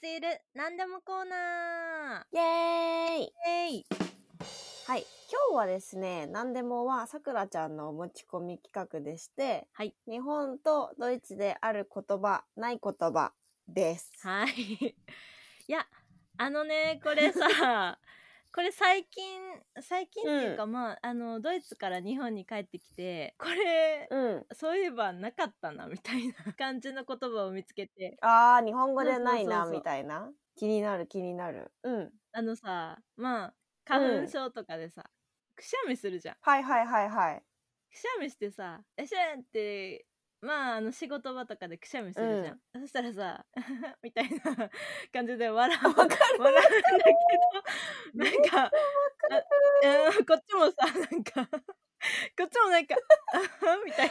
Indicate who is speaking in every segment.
Speaker 1: ついる何でもコーナ
Speaker 2: イエーイ
Speaker 1: ーえい
Speaker 2: はい。今日はですね、何でもはさくらちゃんの持ち込み企画でして、
Speaker 1: はい
Speaker 2: 日本とドイツである言葉、ない言葉です。
Speaker 1: はい いやあのねこれ さこれ最近最近っていうか、まああのドイツから日本に帰ってきてこれ、
Speaker 2: うん。
Speaker 1: そういえばなかったなみたいな感じの言葉を見つけて
Speaker 2: あー、日本語でない
Speaker 1: そうそうそう
Speaker 2: な、
Speaker 1: そう
Speaker 2: みたいな。気になる、気になる。うん。
Speaker 1: あのさまあ
Speaker 2: う
Speaker 1: 花
Speaker 2: ん
Speaker 1: 粉症とかでさ、くしゃみするじゃん
Speaker 2: はいはいはいはい。
Speaker 1: くしゃみしてさ「えしゃん」ってまああの仕事場とかでくしゃみするじゃん、そしたらさ みたいな 感じで笑う
Speaker 2: わかる
Speaker 1: 笑うんだけどなんかあうんこっちもさなんかこっちもなんか「あみたい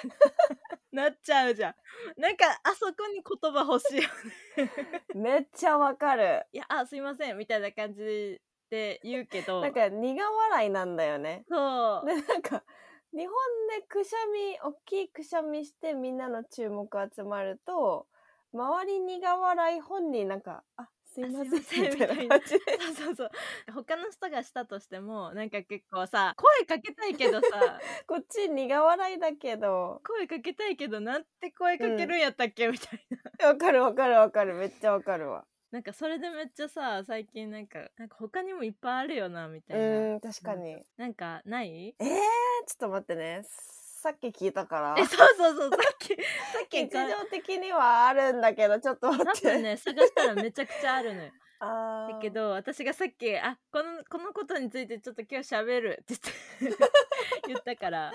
Speaker 1: ななっちゃうじゃんなんかあそこに言葉欲しい よね
Speaker 2: めっちゃわかる。
Speaker 1: いやあすいませんみたいな感じで言うけど
Speaker 2: なんか苦笑いなんだよね。
Speaker 1: そう
Speaker 2: で、なんか、日本でくしゃみ、大きいくしゃみしてみんなの注目集まると、周り苦笑い本人なんか、あ、すいません、
Speaker 1: あすいません
Speaker 2: みたい
Speaker 1: み
Speaker 2: な
Speaker 1: た
Speaker 2: 感じで。
Speaker 1: そうそうそう他の人がしたとしてもなんか結構さ声かけたいけどさ
Speaker 2: こっち苦笑いだけど、
Speaker 1: 声かけたいけどなんて声かけるんやったっけ、みたいな
Speaker 2: わかるわかるわかる、めっちゃわかるわ。
Speaker 1: なんかそれでめっちゃさ最近なんかなんか他にもいっぱいあるよなみた
Speaker 2: う
Speaker 1: いな、
Speaker 2: ーん、確かに。え
Speaker 1: なんかない
Speaker 2: ー、ちょっと待ってね。さっき聞いたから
Speaker 1: え、そうそうそうさっ きさっき
Speaker 2: 日
Speaker 1: か
Speaker 2: 常的にはあるんだけど、ちょっと待
Speaker 1: 多
Speaker 2: って。
Speaker 1: 分ね探したらめちゃくちゃあるのよ
Speaker 2: あー
Speaker 1: だけど私がさっきあこのこのことについてちょっと今日喋るって言って 言ったから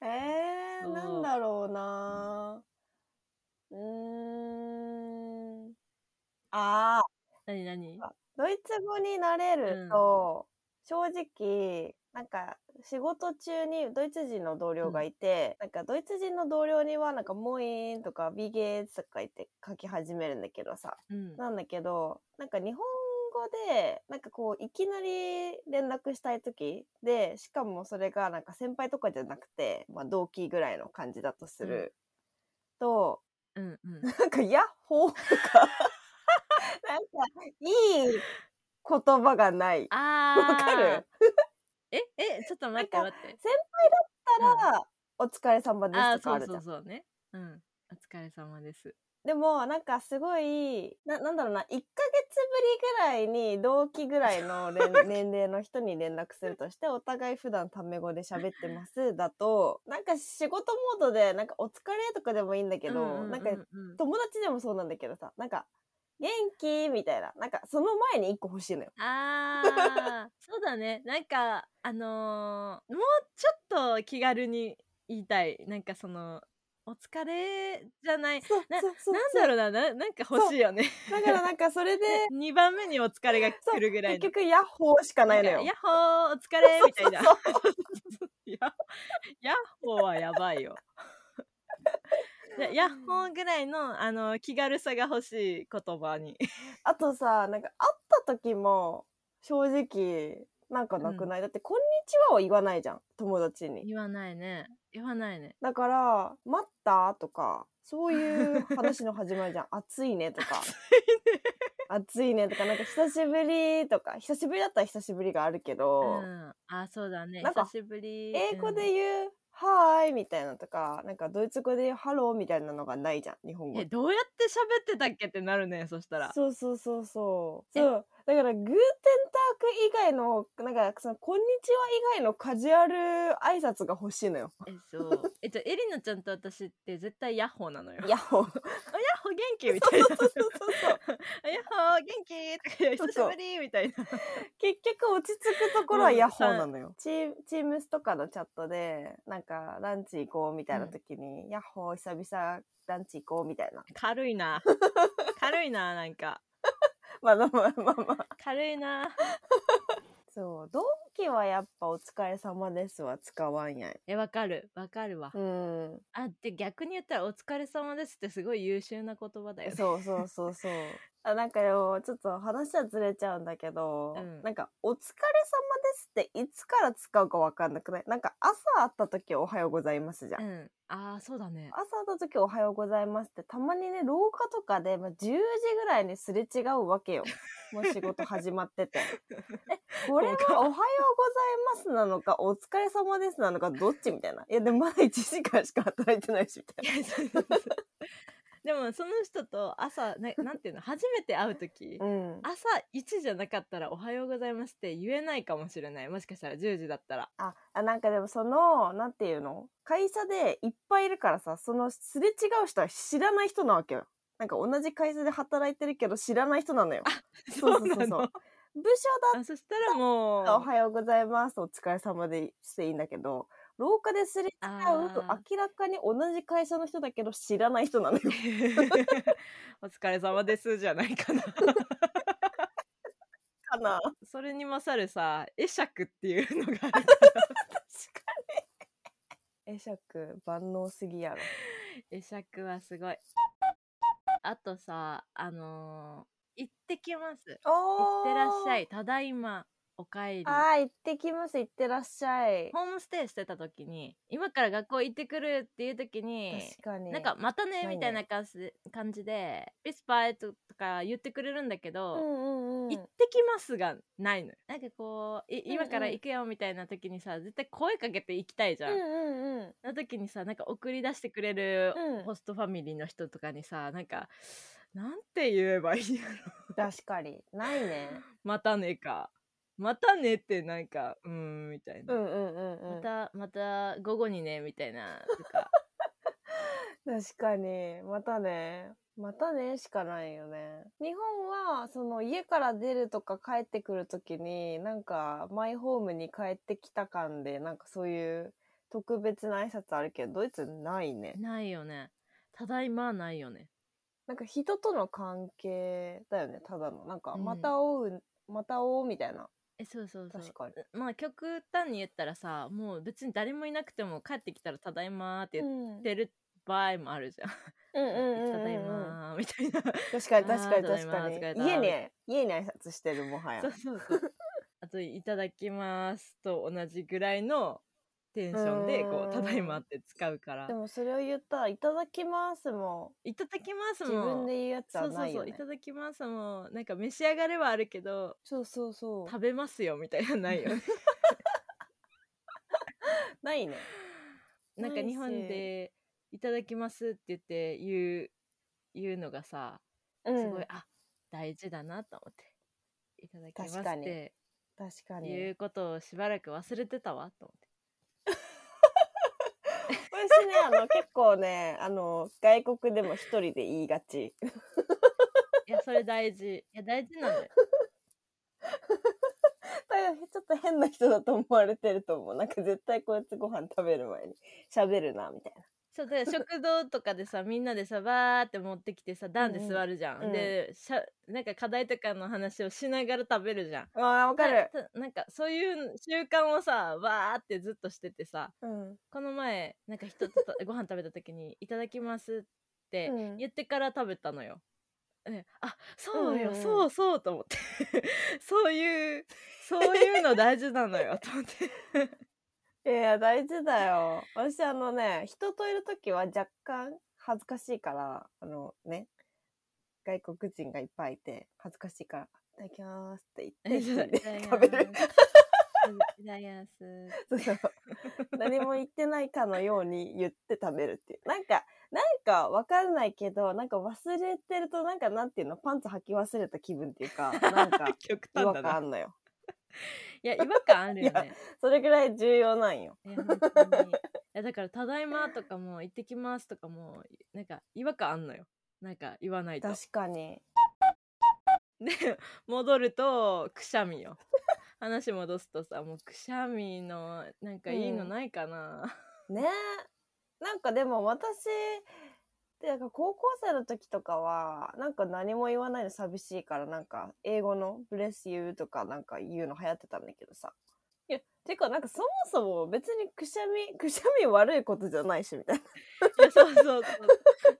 Speaker 2: え
Speaker 1: そう
Speaker 2: ー、なんだろうなうーん。ああ、
Speaker 1: 何何
Speaker 2: ドイツ語になれると、正直、なんか、仕事中にドイツ人の同僚がいて、なんかドイツ人の同僚には、なんか、モイーンとか、ビゲーツとか言って書き始めるんだけどさ。
Speaker 1: うん
Speaker 2: なんだけど、なんか日本語で、なんかこう、いきなり連絡したい時で、しかもそれがなんか先輩とかじゃなくて、まあ同期ぐらいの感じだとする。と、
Speaker 1: うん うん
Speaker 2: なんか、ヤッホーとか、なんか、いい言葉がない。だ
Speaker 1: あー
Speaker 2: わかる
Speaker 1: ええちょっと待って
Speaker 2: なん
Speaker 1: 待って
Speaker 2: から、お疲れ様で
Speaker 1: ああ
Speaker 2: すとか
Speaker 1: そ
Speaker 2: あ
Speaker 1: う
Speaker 2: るじゃん。
Speaker 1: そうそうねうんお疲れ様です
Speaker 2: でも、なんかすごい、な、なんだろうな、1ヶ月ぶりぐらいに同期ぐらいの れん年齢の人に連絡するとして、お互い普段タメ語で喋ってますだと、なんか仕事モードで、なんかお疲れとかでもいいんだけど、
Speaker 1: うんうんうん
Speaker 2: なんか
Speaker 1: うん
Speaker 2: 友達でもそうなんだけどさ、なんか、元気みたいな、なんかその前に1個欲しいのよ。
Speaker 1: あーそうだねなんかあのーもうちょっと気軽に言いたいなんかそのお疲れじゃない
Speaker 2: そう
Speaker 1: な
Speaker 2: そうそう。
Speaker 1: なんだろうなななんか欲しいよね
Speaker 2: そうだからなんかそれで、
Speaker 1: 2番目にお疲れが来 るぐらい
Speaker 2: 結
Speaker 1: の
Speaker 2: 局ヤッホーしかないの
Speaker 1: なん
Speaker 2: よ
Speaker 1: か。ヤッホーお疲れみたいな
Speaker 2: そう
Speaker 1: ヤ ッヤッホーはやばいよでヤッホーぐらいのあの気軽さが欲しい言葉に
Speaker 2: あとさ、なんか会った時も、正直、なんかなくない、だって、こんにちはは言わないじゃん、友達に。
Speaker 1: 言わないね言わないね
Speaker 2: だから、待ったとか、そういう話の始ま りじゃん。暑いねとか。暑いねとか、なんか久しぶりとか、久しぶりだったら久しぶりがあるけ
Speaker 1: う
Speaker 2: ど、
Speaker 1: んあそうだね
Speaker 2: なんか
Speaker 1: 久しぶり
Speaker 2: 英語で
Speaker 1: うん
Speaker 2: 言う、はーいみたいなのとか、なんかドイツ語で言う、ハローみたいなのがないじゃん、日本語
Speaker 1: えどうやって喋ってたっけってなるねそしたら
Speaker 2: そうそうそうそう。
Speaker 1: え
Speaker 2: そう。だから、グーテンターク以外の、なんか、その、こんにちは以外のカジュアル挨拶が欲しいのよ。
Speaker 1: えそうえじゃあエリナちゃんと私って絶対ヤッホーなのよ
Speaker 2: ヤッホー。
Speaker 1: あヤッホー元気みたいな
Speaker 2: そうそうそう。
Speaker 1: あヤッホー元気とか
Speaker 2: そう
Speaker 1: 久しぶりみたいな
Speaker 2: 結局、落ち着くところはヤッホ
Speaker 1: う
Speaker 2: ー
Speaker 1: ん
Speaker 2: なのよ。チーチームスとかのチャットで、なんか、ランチ行こうみたいな時に、ヤッホー、久々、ランチ行こうみたいな。
Speaker 1: 軽いな軽いななんか
Speaker 2: まあまあまあまあ。
Speaker 1: 軽いな
Speaker 2: そう。同時はやっぱお疲れ様ですは使わんやん。
Speaker 1: えわかるわかるわ、
Speaker 2: うん。
Speaker 1: あで逆に言ったら「お疲れ様です」ってすごい優秀な言葉だよね
Speaker 2: そうそうそうそう。 あなんかよ、ちょっと話はずれちゃうんだけど、
Speaker 1: うん
Speaker 2: なんか、お疲れ様ですっていつから使うかわかんなくないなんか、朝会った時おはようございますじゃん。
Speaker 1: うんああそうだね
Speaker 2: 朝会った時おはようございますって、たまにね、廊下とかで、まあ、10時ぐらいにすれ違うわけよ。もう仕事始まって て。え、これは
Speaker 1: そうか
Speaker 2: おはようございますなのか、お疲れ様ですなのか、どっちみたいな。いや、でもまだ1時間しか働いてないし、みたいな。
Speaker 1: いやそうそうそう でもその人と朝ななんていうの初めて会う時
Speaker 2: うん。
Speaker 1: 朝1じゃなかったら「おはようございます」って言えないかもしれないもしかしたら10時だったら
Speaker 2: あ、あなんかでもその、なんていうの会社でいっぱいいるからさ、そのすれ違う人は知らない人なわけよ。なんか同じ会社で働いてるけど知らない人なのよ。そうそうそうそう
Speaker 1: なの
Speaker 2: 部署
Speaker 1: あそしたらもう
Speaker 2: だったらおはようございます、お疲れ様でしていいんだけど、廊下ですれ違うと
Speaker 1: あ
Speaker 2: 明らかに同じ会社の人だけど知らない人なのよ。
Speaker 1: ー お疲れ様ですじゃないかな
Speaker 2: かな。
Speaker 1: それに勝るさ会釈っていうのがある
Speaker 2: 確かに。えしゃく万能すぎやろ。
Speaker 1: 会釈はすごいあとさあのー行ってきます行ってらっしゃ
Speaker 2: い。
Speaker 1: いただいまおかえり
Speaker 2: あー、行ってきます。行ってらっしゃい。
Speaker 1: ホームステイしてた時に今から学校行ってくるっていう時に
Speaker 2: 確かに。
Speaker 1: なんか「また
Speaker 2: ない
Speaker 1: ね」
Speaker 2: ね
Speaker 1: みたいな感じ感じで「ピスパイ」とか言ってくれるんだけ
Speaker 2: うん
Speaker 1: ど「
Speaker 2: うんうん。
Speaker 1: 行ってきます」がないのよなんかこうい
Speaker 2: んうん
Speaker 1: 今から行くよみたいな時にさ絶対声かけて行きたいじゃん。
Speaker 2: うんうんうん。
Speaker 1: な時にさなんか送り出してくれる
Speaker 2: うん
Speaker 1: ホストファミリーの人とかにさなんかなんて言えばいいやろ
Speaker 2: 確かに。ないね。
Speaker 1: 「またね」か「またね」ってなんか うーんみたいな。
Speaker 2: うんうんうんう
Speaker 1: ま
Speaker 2: ん。
Speaker 1: たまた午後にねみたいなとか
Speaker 2: 確かに。またね。またねしかないよね。日本は、その家から出るとか帰ってくるときに、なんかマイホームに帰ってきた感で、なんかそういう特別な挨拶あるけど、ドイツないね。
Speaker 1: ないよねただいまないよね
Speaker 2: なんか人との関係だよね、ただの。なんか、
Speaker 1: うん
Speaker 2: また会おう、また会おうみたいな。
Speaker 1: えそうそうそう
Speaker 2: 確かに。
Speaker 1: まあ極端に言ったらさもう別に誰もいなくても帰ってきたら「ただいま」って言
Speaker 2: うん
Speaker 1: ってる場合もあるじゃん
Speaker 2: うん
Speaker 1: 「
Speaker 2: うんうんうんうん
Speaker 1: ただいま」みたいな
Speaker 2: 確かに確か
Speaker 1: あ
Speaker 2: に
Speaker 1: ー
Speaker 2: 確
Speaker 1: ただ
Speaker 2: か
Speaker 1: いま
Speaker 2: に
Speaker 1: 疲れ。た
Speaker 2: 家に、家に挨拶してるもはや
Speaker 1: そう。そう そうあと「いただきます」と同じぐらいのテンションでこ
Speaker 2: うー
Speaker 1: う「
Speaker 2: ん
Speaker 1: ただいま」って使うから
Speaker 2: でもそれを言ったら、いただきますも
Speaker 1: 「いただきます」
Speaker 2: 自分
Speaker 1: も
Speaker 2: で言うやつ
Speaker 1: そ
Speaker 2: は
Speaker 1: うそ
Speaker 2: な
Speaker 1: う
Speaker 2: い
Speaker 1: そ
Speaker 2: よ
Speaker 1: う「い
Speaker 2: ね
Speaker 1: た。だきます」もなんか召し上がれはあるけど
Speaker 2: そうそうそう。
Speaker 1: 食べますよみたいなのない よね
Speaker 2: ないね。
Speaker 1: なんか日本で「いただきます」って言って言う言うのがさ
Speaker 2: う
Speaker 1: すごい、
Speaker 2: ん。
Speaker 1: あ大事だなと思って「いただきます」
Speaker 2: 確か
Speaker 1: っ
Speaker 2: に
Speaker 1: て
Speaker 2: 確かに。
Speaker 1: いうことをしばらく忘れてたわと思って
Speaker 2: 私ね、あの、 結構ね、あの、外国でも一人で言いがち。
Speaker 1: いやそれ大事いや大事なのよ
Speaker 2: だからちょっと変な人だと思われてると思う。なんか絶対こいつご飯食べる前に喋るな、みたい
Speaker 1: そうだから食堂とかでさみんなでさバーって持ってきてさ段で座るじゃん、
Speaker 2: うん
Speaker 1: でしゃなんか課題とかの話をしながら食べるじゃん
Speaker 2: な。ああ、わかる。
Speaker 1: なたなんかそういう習慣をさバーってずっとしててさ
Speaker 2: うん。
Speaker 1: この前なんか人とたご飯食べた時に「いただきます」って
Speaker 2: うん
Speaker 1: 言ってから食べたのよ。ね、あそうよ、
Speaker 2: うんうん
Speaker 1: そうそうと思って そういうそういうの大事なのよと思って
Speaker 2: いやいや、大事だよ。私、あのね、人といるときは若干恥ずかしいから、あのね、外国人がいっぱいいて、恥ずかしいから、いただきますって
Speaker 1: いた
Speaker 2: 言って、一人
Speaker 1: だ
Speaker 2: で
Speaker 1: きま
Speaker 2: 食
Speaker 1: す
Speaker 2: べる。
Speaker 1: いただき ます
Speaker 2: そうそう何も言ってないかのように言って食べるっていう。なんか、なんかわかんないけど、なんか忘れてると、なんかなんていうの、パンツ履き忘れた気分っていうか、な んか
Speaker 1: 極
Speaker 2: 違
Speaker 1: 端
Speaker 2: 和
Speaker 1: だ
Speaker 2: 感あ
Speaker 1: なん
Speaker 2: のよ。
Speaker 1: いや違和感あるよね
Speaker 2: それぐ らい重要なんよ。
Speaker 1: いや本当にいやだから「ただいま」とかも「行ってきます」とかもなんか違和感あんのよなんか言わないと
Speaker 2: 確かに。
Speaker 1: で戻るとくしゃみよ話戻すとさもうくしゃみのなんかいいの
Speaker 2: うん
Speaker 1: ないかな、
Speaker 2: ねえなんかでも私でなんか高校生の時とかはなんか何も言わないの寂しいからなんか英語の「Bless you」とかなんか言うの流行ってたんだけどさいや、てか、なんかそもそも別にくしゃみ、くしゃみ悪いことじゃないし、みたい
Speaker 1: いやそうそうそう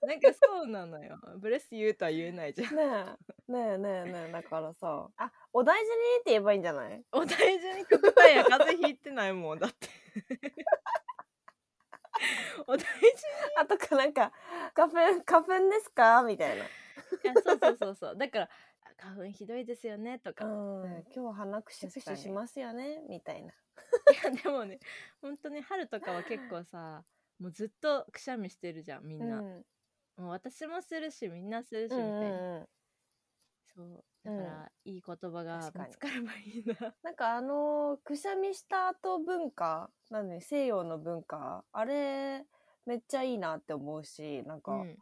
Speaker 1: なんかそうなのよブレス言うとは言えないじゃん
Speaker 2: な。ねえ、ねえねえねえ、だからさ、あ、お大事にって言えばいいんじゃない
Speaker 1: お大事に極端や風邪ひいてないもんだってお大事
Speaker 2: あとかなんか、花粉、花粉ですかみたいな。
Speaker 1: にいやそうそうそうそうだからあ花粉ひどいですよねとか、
Speaker 2: うん
Speaker 1: うん、
Speaker 2: 今日は鼻くしゃくしゃしますよね、みたいな。
Speaker 1: いやでもね本当に春とかは結構さもうずっとくしゃみしてるじゃんみ
Speaker 2: うん
Speaker 1: な、
Speaker 2: ん。
Speaker 1: もう私もするしみんなするし
Speaker 2: う
Speaker 1: みたいな、
Speaker 2: んうん。
Speaker 1: そうだから、いい言葉が
Speaker 2: 確かに
Speaker 1: 見つかればいいな
Speaker 2: なんかあのくしゃみした後文化なのに西洋の文化あれめっちゃいいなって思うしなんか、
Speaker 1: うん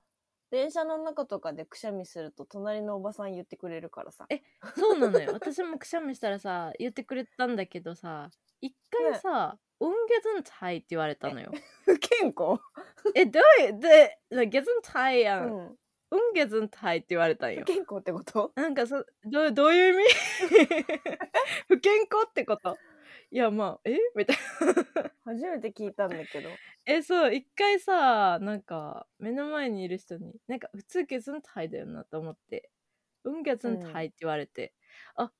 Speaker 2: 電車の中とかでくしゃみすると隣のおばさん言ってくれるからさ
Speaker 1: えそうなのよ私もくしゃみしたらさ言ってくれたんだけどさ一回さ「うんげずんたい」って言われたのよ。
Speaker 2: 不健康、
Speaker 1: えどういうで「げずんたいや」
Speaker 2: うんん、
Speaker 1: 「うんげずんたい」って言われたん
Speaker 2: 不
Speaker 1: よ。
Speaker 2: 健康ってこと
Speaker 1: なんかそどうどういう意味 不健康ってこといやまあえみたいな
Speaker 2: 初めて聞いたんだけど
Speaker 1: えそう一回さなんか目の前にいる人になんか普通ゲズンタイだよなと思って「うんゲズンタイ」って言われて「あ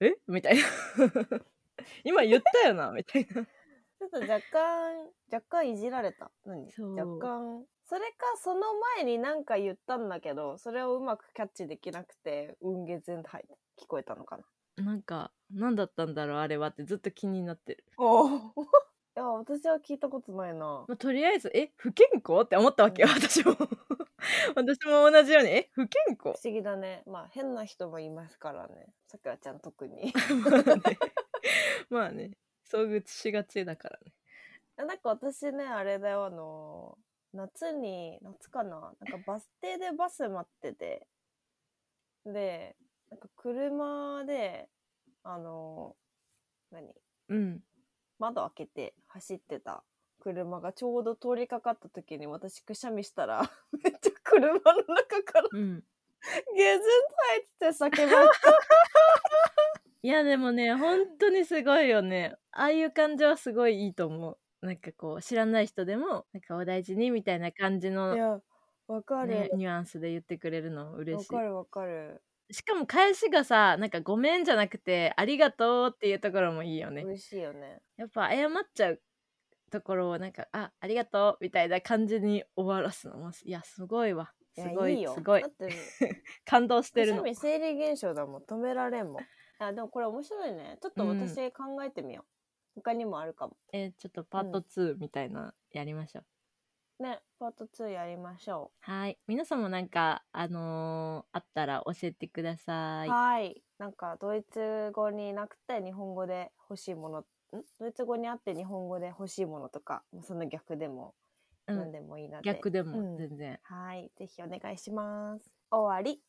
Speaker 1: えみたいな 今言ったよなみたいな
Speaker 2: ちょっと若干若干いじられた何
Speaker 1: そう
Speaker 2: 若干それかその前に何か言ったんだけどそれをうまくキャッチできなくて運ゲ全体聞こえたのかな
Speaker 1: なんか何だったんだろうあれはってずっと気になってる、
Speaker 2: おお いや私は聞いたことないな
Speaker 1: まあ、とりあえず「え不健康?」って思ったわけよ私も 私も同じように「え不健康
Speaker 2: 不思議だねまあ変な人もいますからねさくらちゃん特に
Speaker 1: まあね。 まあね。遭遇しがちだからね。
Speaker 2: なんか私ねあれだよあの夏に夏かななんかバス停でバス待っててでなんか車であの何
Speaker 1: うん。
Speaker 2: 窓開けて走ってた車がちょうど通りかかった時に私くしゃみしたら めっちゃ車の中から
Speaker 1: うん。
Speaker 2: 「ゲズンタイ」って叫ばれ
Speaker 1: いやでもね、本当にすごいよね。ああいう感じはすごいいいと思う。なんかこう、知らない人でも、なんかお大事にみたいな感じ
Speaker 2: たい
Speaker 1: の、
Speaker 2: やわか
Speaker 1: ね
Speaker 2: る、
Speaker 1: ニュアンスで言ってくれるの嬉
Speaker 2: わ
Speaker 1: し
Speaker 2: かるわかる
Speaker 1: い。しかも返しがさ、なんかごめんじゃなくて、ありがとうっていうところもいいよね。
Speaker 2: 嬉しいよね
Speaker 1: やっぱ謝っちゃうところをなんか、あ、ありがとうみたいな感じに終わらすのも、いや、すごいわ。す
Speaker 2: いや
Speaker 1: ごい、
Speaker 2: いよ
Speaker 1: すごい
Speaker 2: だ。 って
Speaker 1: 感動し
Speaker 2: く
Speaker 1: て
Speaker 2: し
Speaker 1: る
Speaker 2: ゃ
Speaker 1: の。
Speaker 2: み生理現象だもん止められんもんあでもこれ面白いねちょっと私考えてみよう、他にもあるかも
Speaker 1: えーちょっとパート2みたいなやりましょう。
Speaker 2: ねパート2やりましょ
Speaker 1: はい。皆さんもなんか、あのーあったら教えてくださ
Speaker 2: う
Speaker 1: い。
Speaker 2: はいなんかドイツ語になくて日本語で欲しいものんドイツ語にあって日本語で欲しいものとかもうその逆でも
Speaker 1: うん
Speaker 2: 何でもいいので、
Speaker 1: 逆で
Speaker 2: う
Speaker 1: も
Speaker 2: ん
Speaker 1: 全然。
Speaker 2: はいぜひお願いします終わり